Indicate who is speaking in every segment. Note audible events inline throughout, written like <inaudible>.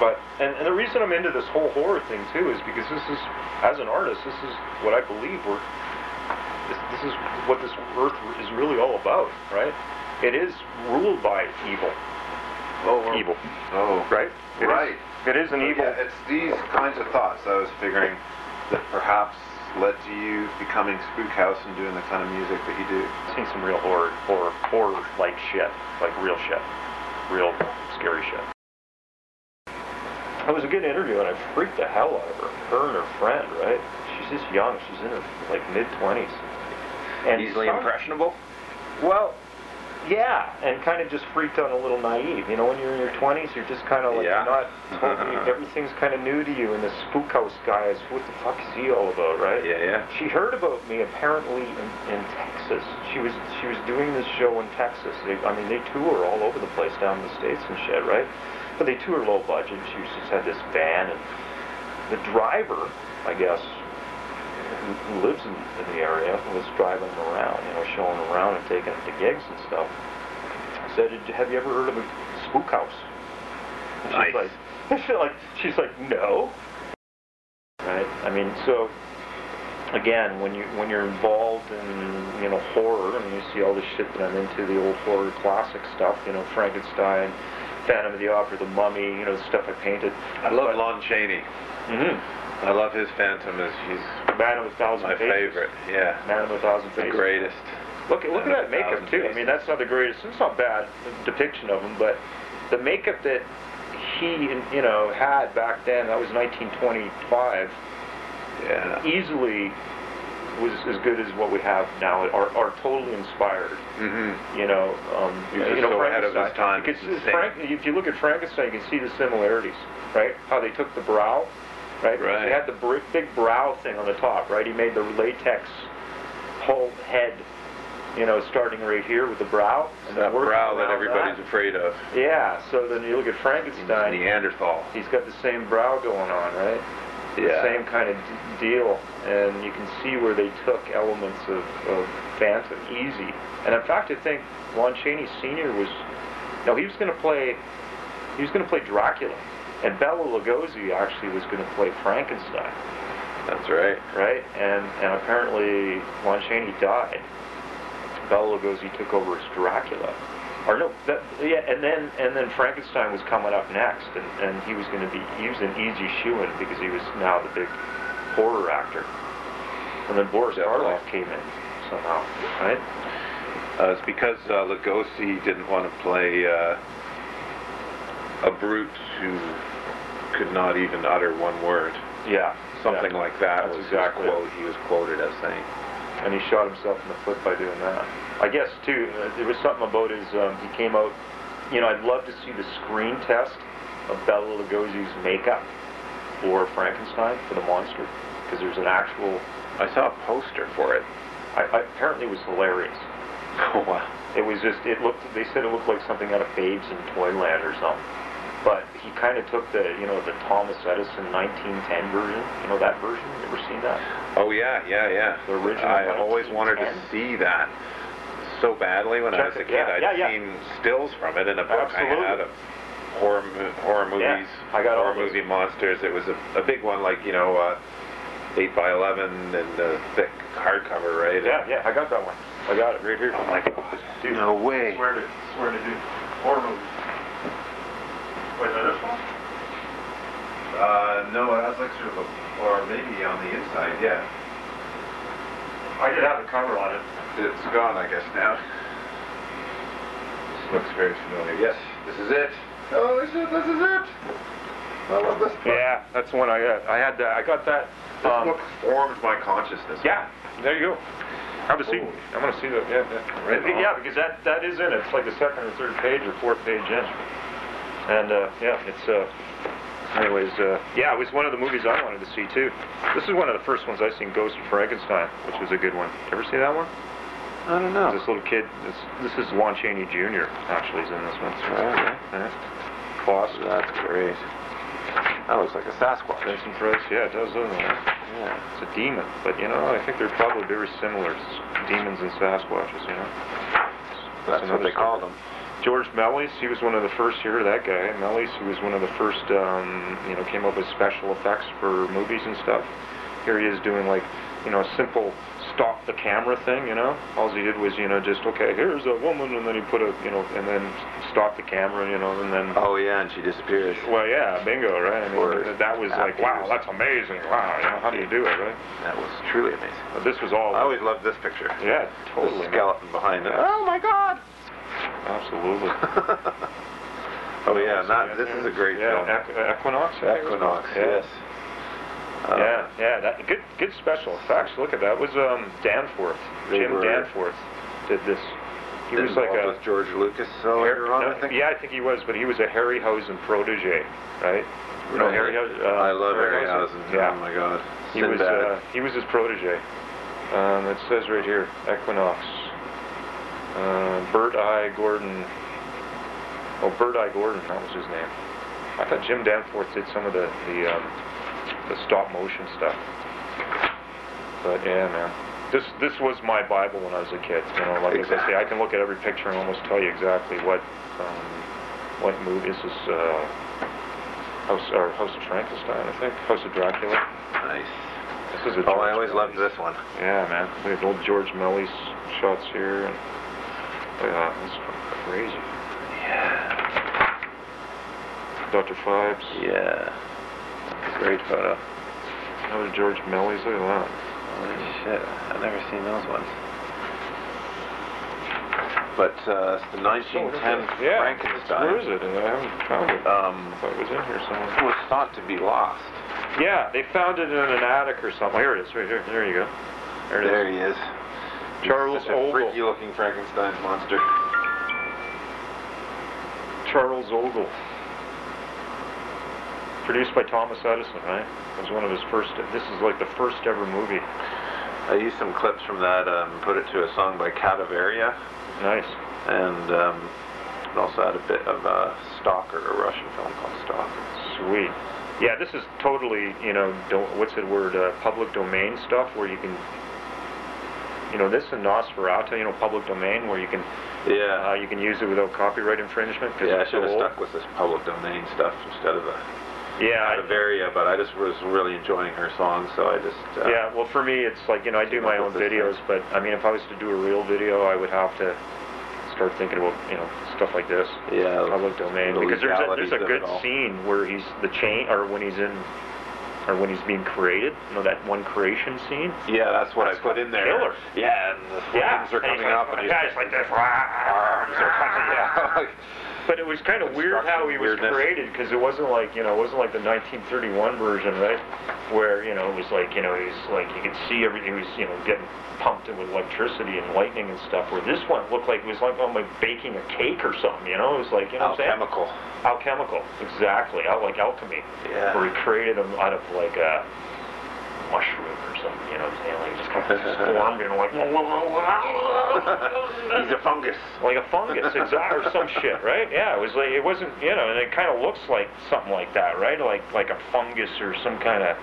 Speaker 1: But and, and the reason I'm into this whole horror thing too is because this is, as an artist, this is what I believe we're. This, this is what this earth is really all about, right? It is ruled by evil,
Speaker 2: Oh, we're-
Speaker 1: evil,
Speaker 2: Oh,
Speaker 1: right? It is-
Speaker 2: Right.
Speaker 1: it is an
Speaker 2: So,
Speaker 1: evil.
Speaker 2: Yeah, it's these kinds of thoughts I was figuring that perhaps led to you becoming Spook House and doing the kind of music that you do.
Speaker 1: I've seen some real horror, horror, horror like shit, like real shit, real scary shit. It was a good interview, and I freaked the hell out of her. Her and her friend, right? She's just young. She's in her like mid twenties. And
Speaker 3: Easily
Speaker 1: some-
Speaker 3: impressionable.
Speaker 1: Well, yeah, and kind of just freaked out and a little naive. You know, when you're in your 20s, you're just kind of like
Speaker 3: Yeah.
Speaker 1: not
Speaker 3: <laughs>
Speaker 1: totally. everything's kind of new to you, and this spook house guy is what the fuck is he all about, right?
Speaker 3: Yeah, yeah.
Speaker 1: She heard about me apparently in, in Texas. She was she was doing this show in Texas. They, I mean, they tour all over the place down in the states and shit, right? But they tour low budget. She was- just had this van, and the driver, I guess, who, who lives in, in the area, was driving them around, you know, showing them around and taking them to gigs and stuff. Said, "Did you- "Have you ever heard of a spook house?" And
Speaker 3: Nice.
Speaker 1: she's like, she's like, <laughs> she's like, no. Right. I mean, so again, when you when you're involved in you know horror, I mean, you see all this shit that I'm into, the old horror classic stuff, you know, Frankenstein, Phantom of the Opera, The Mummy, you know, the stuff I painted.
Speaker 2: I love Lon Chaney.
Speaker 1: Mm-hmm.
Speaker 2: I love his Phantom. Is he's
Speaker 1: Man of a thousand
Speaker 2: my
Speaker 1: faces.
Speaker 2: favorite. Yeah,
Speaker 1: Man of a thousand
Speaker 2: the
Speaker 1: faces.
Speaker 2: greatest.
Speaker 1: Look at look at
Speaker 2: Man
Speaker 1: that
Speaker 2: of a
Speaker 1: makeup
Speaker 2: Thousand
Speaker 1: too. I mean,
Speaker 2: Faces.
Speaker 1: that's not the greatest. It's not bad depiction of him, but the makeup that he you know had back then that was 1925
Speaker 2: Yeah.
Speaker 1: easily was as good as what we have now are, are totally inspired
Speaker 2: hmm
Speaker 1: you know, um,
Speaker 2: He was
Speaker 1: you
Speaker 2: just
Speaker 1: know,
Speaker 2: so ahead of his
Speaker 1: Frankenstein.
Speaker 2: time.
Speaker 1: You can
Speaker 2: It's
Speaker 1: see- Frank, if you look at Frankenstein, you can see the similarities, right? How they took the brow, right? Because
Speaker 2: Right.
Speaker 1: He had the br- big brow thing on the top, right? He made the latex whole head, you know, starting right here with the brow. And then
Speaker 2: That
Speaker 1: working
Speaker 2: brow that
Speaker 1: around
Speaker 2: everybody's
Speaker 1: that.
Speaker 2: afraid of.
Speaker 1: Yeah. So then you look at
Speaker 2: He's
Speaker 1: Frankenstein.
Speaker 2: Neanderthal.
Speaker 1: He's got the same brow going on, right? The
Speaker 2: Yeah.
Speaker 1: same kind of d- deal, and you can see where they took elements of, of Phantom easy. And in fact, I think Lon Chaney Sr. was, no, he was going to play, he was going to play Dracula, and Bela Lugosi actually was going to play Frankenstein,
Speaker 2: That's right.
Speaker 1: right? And and apparently Lon Chaney died. Bela Lugosi took over as Dracula. Or no, that, yeah, and then and then Frankenstein was coming up next, and, and he was going to be he was an easy shoe in because he was now the big horror actor. And then Boris
Speaker 2: Definitely.
Speaker 1: Karloff came in somehow, right?
Speaker 2: Uh, it's because uh, Lugosi didn't want to play uh, a brute who could not even utter one word.
Speaker 1: Yeah,
Speaker 2: Something
Speaker 1: yeah.
Speaker 2: like that
Speaker 1: That's
Speaker 2: was
Speaker 1: exactly.
Speaker 2: his quote. He was quoted as saying.
Speaker 1: and he shot himself in the foot by doing that. I guess too, uh, there was something about his. Um, he came out. You know, I'd love to see the screen test of Bela Lugosi's makeup for Frankenstein for the monster, because there's an actual.
Speaker 2: I saw a poster for it. <laughs>
Speaker 1: I, I, apparently, it was hilarious.
Speaker 2: Oh wow!
Speaker 1: It was just. It looked. They said it looked like something out of Babes in Toyland or something. But he kind of took the, you know, the Thomas Edison 1910 version. You know that version. You ever seen that?
Speaker 2: Oh yeah, yeah, yeah.
Speaker 1: The original
Speaker 2: I always wanted to
Speaker 1: 1910?
Speaker 2: see that so badly when I
Speaker 1: Check
Speaker 2: was a
Speaker 1: it,
Speaker 2: kid.
Speaker 1: yeah,
Speaker 2: I'd
Speaker 1: yeah, yeah.
Speaker 2: seen stills from it in a book I had
Speaker 1: Absolutely.
Speaker 2: of horror mo- horror
Speaker 1: Yeah,
Speaker 2: movies,
Speaker 1: I got all
Speaker 2: horror
Speaker 1: those.
Speaker 2: movie monsters. It was a, a big one, like you know, uh, eight by eleven and the thick hardcover, right?
Speaker 1: Yeah, yeah. I got that one. I got it right here.
Speaker 2: Oh my god!
Speaker 1: Dude.
Speaker 2: no way!
Speaker 4: Swear to, swear to do horror movies. Wait, is that this one?
Speaker 2: Uh, no, it has like sort of a, or maybe on the inside, yeah.
Speaker 4: I did have the cover on it.
Speaker 2: It's gone, I guess, now. This looks very familiar. Yes, this is it. Holy shit, Oh, this is it! I love this book.
Speaker 1: Yeah, that's the one I got. I had that. I got that.
Speaker 2: This
Speaker 1: Um,
Speaker 2: book formed my consciousness.
Speaker 1: yeah, there you go. Have a seat.
Speaker 2: Holy.
Speaker 1: I'm gonna see that. Yeah, yeah.
Speaker 2: Right on.
Speaker 1: yeah, because that that is in it. It's like the second or third page or fourth page in. And uh, yeah, it's. Uh, anyways, uh, yeah, it was one of the movies I wanted to see too. This is one of the first ones I seen, Ghost of Frankenstein, which was a good one. Ever see that one?
Speaker 2: I don't know.
Speaker 1: This little kid. This, this is Lon Chaney Jr. Actually, is in this one.
Speaker 2: Oh,
Speaker 1: Yeah. Klaus,
Speaker 2: That's great. That looks like a Sasquatch.
Speaker 1: Vincent Price. Yeah, it does, doesn't it?
Speaker 2: Yeah.
Speaker 1: It's a demon, but you know, I think they're probably very similar. s- Demons and Sasquatches, you know.
Speaker 2: That's what
Speaker 1: another
Speaker 2: they
Speaker 1: story.
Speaker 2: called them.
Speaker 1: George Mellies, he was one of the first here, that guy, Mellies, he was one of the first, um, you know, came up with special effects for movies and stuff. Here he is doing like, you know, a simple stop the camera thing, you know? All he did was, you know, just, okay, here's a woman, and then he put a, you know, and then stop the camera, you know, and then.
Speaker 2: Oh yeah, and she disappears.
Speaker 1: Well, yeah, bingo, right? I mean,
Speaker 2: Or
Speaker 1: th- that was like, wow,
Speaker 2: actors.
Speaker 1: that's amazing, wow, you know, how do you do it, right?
Speaker 2: That was truly amazing.
Speaker 1: But this was all.
Speaker 5: I always loved this picture.
Speaker 1: yeah, totally.
Speaker 2: The
Speaker 1: man.
Speaker 2: skeleton behind it. Oh my God!
Speaker 1: Absolutely.
Speaker 2: <laughs> Oh yeah, not, this is a great
Speaker 1: yeah,
Speaker 2: film.
Speaker 1: Equ- Equinox. I think it was
Speaker 2: Equinox,
Speaker 1: called.
Speaker 2: yes. Uh,
Speaker 1: yeah, yeah, that good, good special effects. Look at that. It was um, Danforth,
Speaker 2: They
Speaker 1: Jim
Speaker 2: were-
Speaker 1: Danforth, did this. He was like a
Speaker 2: involved with George Lucas uh, later on,
Speaker 1: no,
Speaker 2: I think.
Speaker 1: yeah, I think he was, but he was a Harryhausen protege, right? You know,
Speaker 2: Right.
Speaker 1: Harryhausen. Uh,
Speaker 2: I love Harryhausen.
Speaker 1: Yeah,
Speaker 2: Oh my God.
Speaker 1: he was. Uh,
Speaker 2: Sinbad.
Speaker 1: he was his protege. Um, it says right here, Equinox. Uh, Bert I. Gordon. Oh, Bert I. Gordon, that was his name. I thought Jim Danforth did some of the the, um, the stop motion stuff. But yeah, man, this this was my bible when I was a kid. You know, like as I say, I can look at every picture and almost tell you exactly what um, what movie this is. Uh, House or House of Frankenstein, I think. House of Dracula.
Speaker 2: nice.
Speaker 1: This is a
Speaker 2: Oh,
Speaker 1: George
Speaker 2: I always loved
Speaker 1: Mellies.
Speaker 2: this one.
Speaker 1: Yeah, man. We had old George Mellies shots here. And, yeah, it's crazy. Yeah. Dr. Fibes.
Speaker 2: Yeah. Great photo.
Speaker 1: That was George Mellies. Look at that.
Speaker 2: Holy shit, I've never seen those ones. But uh, it's the 1910
Speaker 1: yeah. Where is
Speaker 2: Frankenstein
Speaker 1: it? I haven't found it. I
Speaker 2: um,
Speaker 1: thought it was in here somewhere.
Speaker 2: was thought to be lost.
Speaker 1: Yeah, they found it in an attic or something. Here it is. Right here. There you go. There it is.
Speaker 2: There he is. He's
Speaker 1: Charles
Speaker 2: such a
Speaker 1: Ogle.
Speaker 2: freaky looking Frankenstein monster.
Speaker 1: Charles Ogle. Produced by Thomas Edison, right? It was one of his first. This is like the first ever movie.
Speaker 2: I used some clips from that um, put it to a song by Cataveria
Speaker 1: Nice.
Speaker 2: and um, it also had a bit of a Stalker, a Russian film called Stalker.
Speaker 1: Sweet. Yeah, this is totally, you know, do what's the word, uh, public domain stuff where you can, you know, this and Nosferatu, you know, public domain where you can, uh,
Speaker 2: Yeah.
Speaker 1: you can use it without copyright infringement because
Speaker 2: yeah, I
Speaker 1: it's so
Speaker 2: should have
Speaker 1: old.
Speaker 2: stuck with this public domain stuff instead of the
Speaker 1: Yeah, I-
Speaker 2: Bavaria, but I just was really enjoying her song, so I just uh,
Speaker 1: Yeah, well, for me, it's like, you know, I do
Speaker 2: Came
Speaker 1: my
Speaker 2: up
Speaker 1: own
Speaker 2: with this
Speaker 1: videos, but I mean, if I was to do a real video, I would have to start thinking about, you know, stuff like this.
Speaker 2: Yeah,
Speaker 1: Public domain.
Speaker 2: the
Speaker 1: Because there's a, there's
Speaker 2: legalities
Speaker 1: a
Speaker 2: of
Speaker 1: good
Speaker 2: it all.
Speaker 1: scene where he's the chain, or when he's in, or when he's being created, you know, that one creation scene.
Speaker 2: yeah, that's what I put in there.
Speaker 1: killer.
Speaker 2: Yeah, and the
Speaker 1: Yeah.
Speaker 2: flames are
Speaker 1: and he's
Speaker 2: coming
Speaker 1: like,
Speaker 2: up, and he's
Speaker 1: yeah, it's
Speaker 2: <laughs>
Speaker 1: like this. rah, arms are coming, <laughs> yeah. But it was kind of weird how he was
Speaker 2: Weirdness.
Speaker 1: created because it wasn't like you know it wasn't like the 1931 version, right? Where you know it was like you know he's like you could see everything he was you know getting pumped in with electricity and lightning and stuff. Where this one looked like it was like almost baking a cake or something, you know? It was like you know what I'm saying?
Speaker 2: alchemical.
Speaker 1: alchemical, exactly, al- like alchemy.
Speaker 2: Yeah.
Speaker 1: Where he created them out of like a mushroom or something, you know what I'm saying? Like just kind
Speaker 2: <laughs>
Speaker 1: of just formed and like
Speaker 2: <laughs> he's a fungus.
Speaker 1: like a fungus, exactly, or some shit, right? Yeah, it was like it wasn't, you know, and it kind of looks like something like that, right? Like like a fungus or some kind of.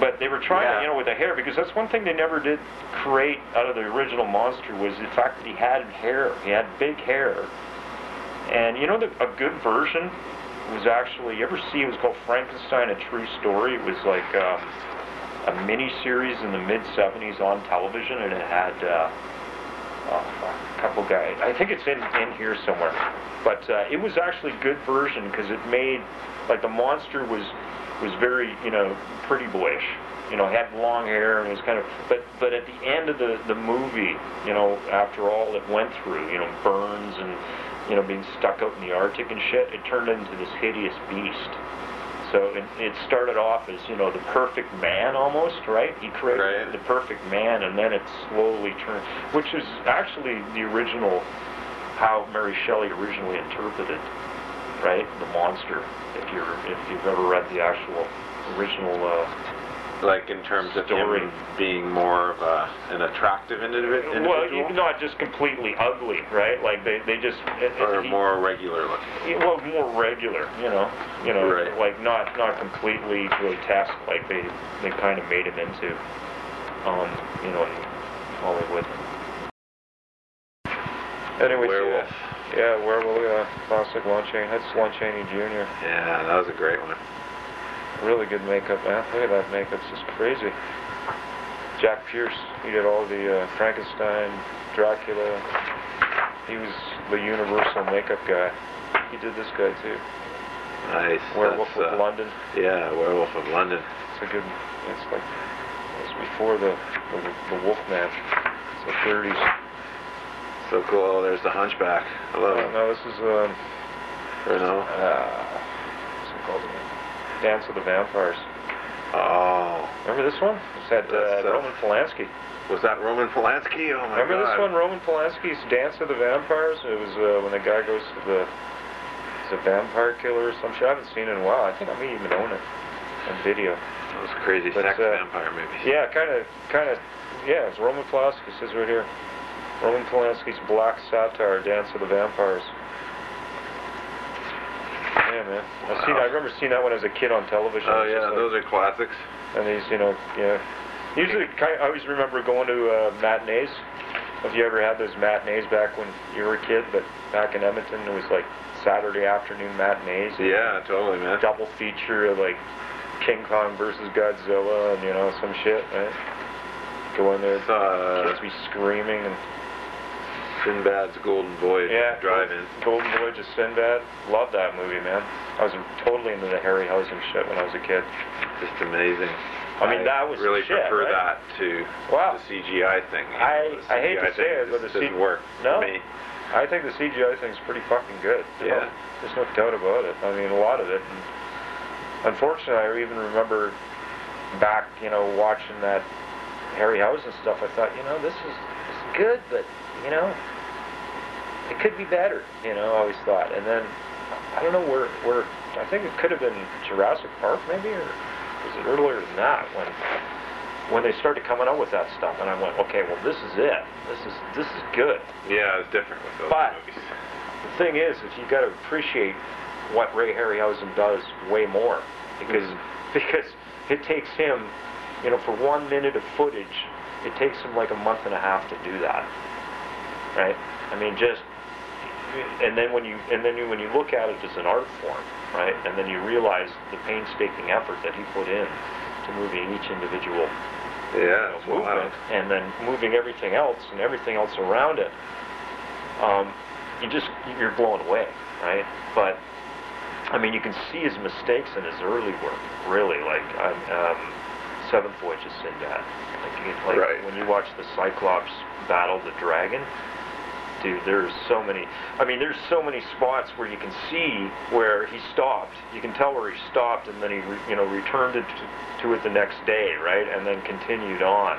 Speaker 1: But they were trying, to,
Speaker 2: Yeah.
Speaker 1: you know, with the hair because that's one thing they never did create out of the original monster was the fact that he had hair. He had big hair, and you know, the, a good version was actually you ever see it was called Frankenstein: A True Story. It was like. Um, a mini series in the mid 70s on television, and it had uh, oh, a couple guys. I think it's in, in here somewhere. But uh, it was actually a good version because it made, like, the monster was was very, you know, pretty boyish. You know, had long hair and was kind of, but but at the end of the the movie, you know, after all it went through, you know, burns and you know being stuck out in the Arctic and shit, it turned into this hideous beast. So it, it started off as, you know, the perfect man almost, right? He created
Speaker 2: Right.
Speaker 1: the perfect man, and then it slowly turned, which is actually the original, how Mary Shelley originally interpreted, right? The monster, if, you're, if you've ever read the actual original. Uh,
Speaker 2: Like in terms of
Speaker 1: Story.
Speaker 2: him being more of a, an attractive indivi- individual,
Speaker 1: well, you- not just completely ugly, right? Like they, they just. It, it-
Speaker 2: or
Speaker 1: he-
Speaker 2: more regular looking.
Speaker 1: Yeah, well, more regular, you know, you know,
Speaker 2: Right.
Speaker 1: like not not completely grotesque, like they they kind of made him into, um, you know, in Hollywood. Anyway,
Speaker 2: Werewolf.
Speaker 1: Yeah, yeah werewolf. Yeah, classic Lon Chaney. That's Lon Chaney Jr.
Speaker 2: Yeah, that was a great one.
Speaker 1: Really good makeup, man. Look at that makeup. It's just crazy. Jack Pierce. He did all the uh, Frankenstein, Dracula. He was the universal makeup guy. He did this guy too.
Speaker 2: Nice.
Speaker 1: Werewolf
Speaker 2: That's,
Speaker 1: of
Speaker 2: uh,
Speaker 1: London.
Speaker 2: Yeah, Werewolf of London.
Speaker 1: It's a good. It's like it's before the the, the Wolfman. It's the 30s.
Speaker 2: Uh, So cool. Oh, there's the Hunchback. I love
Speaker 1: No,
Speaker 2: him.
Speaker 1: no, this is um,
Speaker 2: Renault.
Speaker 1: uh, what's it called again? Dance with the Vampires.
Speaker 2: Oh,
Speaker 1: Remember this one? It's had uh,
Speaker 2: That's, uh,
Speaker 1: Roman Polanski.
Speaker 2: was that Roman Polanski? Oh my
Speaker 1: Remember
Speaker 2: God.
Speaker 1: this one, Roman Polanski's Dance with the Vampires? It was uh, when the guy goes to the, it's a vampire killer or some shit. I haven't seen it in a while. I think I may even own it on video.
Speaker 2: Those crazy
Speaker 1: But,
Speaker 2: sex
Speaker 1: uh,
Speaker 2: vampire movies.
Speaker 1: Yeah, kind of, kind of, yeah. It's Roman Polanski. It says right here, Roman Polanski's Black Satire, Dance of the Vampires. Yeah, man. I seen. I
Speaker 2: Wow.
Speaker 1: remember seeing that when I was a kid on television.
Speaker 2: Oh
Speaker 1: It's just
Speaker 2: yeah,
Speaker 1: like-
Speaker 2: those are classics.
Speaker 1: And these, you know, yeah. Usually, kind I always remember going to uh, matinees. If you ever had those matinees back when you were a kid, but back in Edmonton, it was like Saturday afternoon matinees.
Speaker 2: Yeah, totally, man.
Speaker 1: Double feature of like King Kong versus Godzilla and you know some shit, right? Go in there,
Speaker 2: It's, uh,
Speaker 1: kids be screaming and
Speaker 2: Sinbad's Golden Voyage
Speaker 1: yeah,
Speaker 2: drive-in.
Speaker 1: Golden Voyage of Sinbad. Love that movie, man. I was totally into the Harryhausen shit when I was a kid.
Speaker 2: Just amazing.
Speaker 1: I mean, that was
Speaker 2: really
Speaker 1: shit,
Speaker 2: prefer
Speaker 1: right?
Speaker 2: that to
Speaker 1: Wow.
Speaker 2: the CGI thing. you know,
Speaker 1: I-
Speaker 2: the
Speaker 1: I hate to
Speaker 2: CGI
Speaker 1: say
Speaker 2: thing
Speaker 1: it, but
Speaker 2: just
Speaker 1: the C-
Speaker 2: doesn't work.
Speaker 1: No.
Speaker 2: For me.
Speaker 1: I think the CGI thing's pretty fucking good. There's
Speaker 2: Yeah.
Speaker 1: no- There's no doubt about it. I mean, a lot of it. And unfortunately, I even remember back, you know, watching that Harryhausen stuff. I thought, you know, this is, this is good, but, you know, it could be better, you know, I always thought. And then, I don't know where, where I think it could have been Jurassic Park, maybe, or was it earlier than that when when they started coming up with that stuff? And I went, okay, well, this is it. This is this is good.
Speaker 2: Yeah, it's different with those
Speaker 1: But-
Speaker 2: movies.
Speaker 1: The thing is, is you got to appreciate what Ray Harryhausen does way more because <laughs>
Speaker 2: Mhm.
Speaker 1: because it takes him, you know, for one minute of footage, it takes him like a month and a half to do that, right? I mean, just and then when you and then you, when you look at it as an art form, right? And then you realize the painstaking effort that he put in to moving each individual
Speaker 2: Yeah, it's wild.
Speaker 1: movement and then moving everything else and everything else around it, um, you just you're blown away, right? But I mean, you can see his mistakes in his early work, really. Like on um, Seventh Voyage of Sinbad, like, you get- like
Speaker 2: Right.
Speaker 1: when you watch the Cyclops battle the dragon. Dude, there's so many. I mean, there's so many spots where you can see where he stopped. You can tell where he stopped, and then he, re, you know, returned it to, to it the next day, right? And then continued on.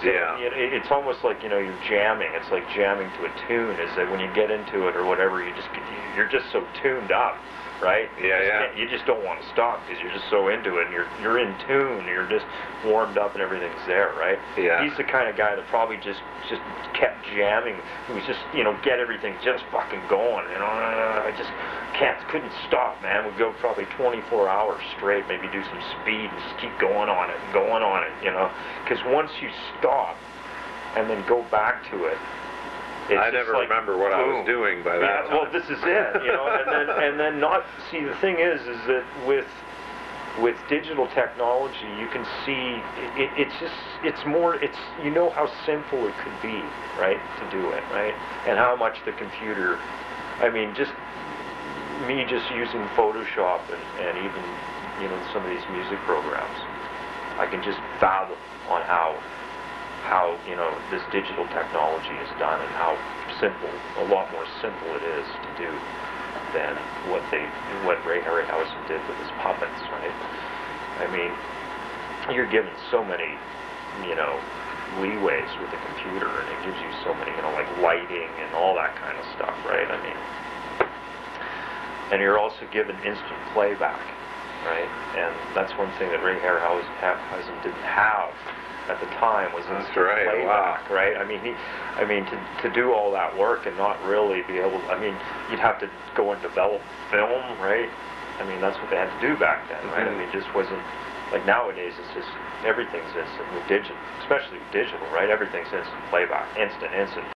Speaker 1: So,
Speaker 2: Yeah.
Speaker 1: you know, it- it's almost like you know you're jamming. It's like jamming to a tune. Is that when you get into it or whatever, you just get- you're just so tuned up, right? You
Speaker 2: Yeah,
Speaker 1: just
Speaker 2: yeah.
Speaker 1: can't- You just don't want to stop because you're just so into it and you're you're in tune. You're just warmed up and everything's there, right?
Speaker 2: Yeah.
Speaker 1: He's the kind of guy that probably just just kept jamming. He was just you know get everything just fucking going. You know, uh, I just can't couldn't stop, man. Would go probably 24 hours straight, maybe do some speed and just keep going on it and going on it. You know, because once you stop and then go back to it. it's
Speaker 2: I
Speaker 1: just
Speaker 2: never
Speaker 1: like,
Speaker 2: remember what I was
Speaker 1: boom.
Speaker 2: doing by that.
Speaker 1: Yeah, well,
Speaker 2: time.
Speaker 1: this is it, you know, and then and then not see the thing is is that with with digital technology, you can see it, it, it's just it's more it's you know how simple it could be, right, to do it, right, and how much the computer, I mean, just me just using Photoshop and, and even you know some of these music programs, I can just fathom on how how you know this digital technology is done and how simple, a lot more simple it is to do than what they what Ray Harryhausen did with his puppets, right? I mean, you're given so many, you know, leeways with the computer, and it gives you so many, you know, like lighting and all that kind of stuff, right? I mean, and you're also given instant playback, right? And that's one thing that Ray Harryhausen ha- hasn't- didn't have at the time was
Speaker 2: That's
Speaker 1: instant
Speaker 2: right, wow.
Speaker 1: playback, right? I mean, he, I mean, to, to do all that work and not really be able, I mean, you'd have to go and develop film, right? I mean, that's what they had to do back then, right? I
Speaker 2: Mhm.
Speaker 1: mean, it just wasn't like nowadays. It's just everything's instant with digital, especially with digital, right? Everything's instant playback, instant, instant.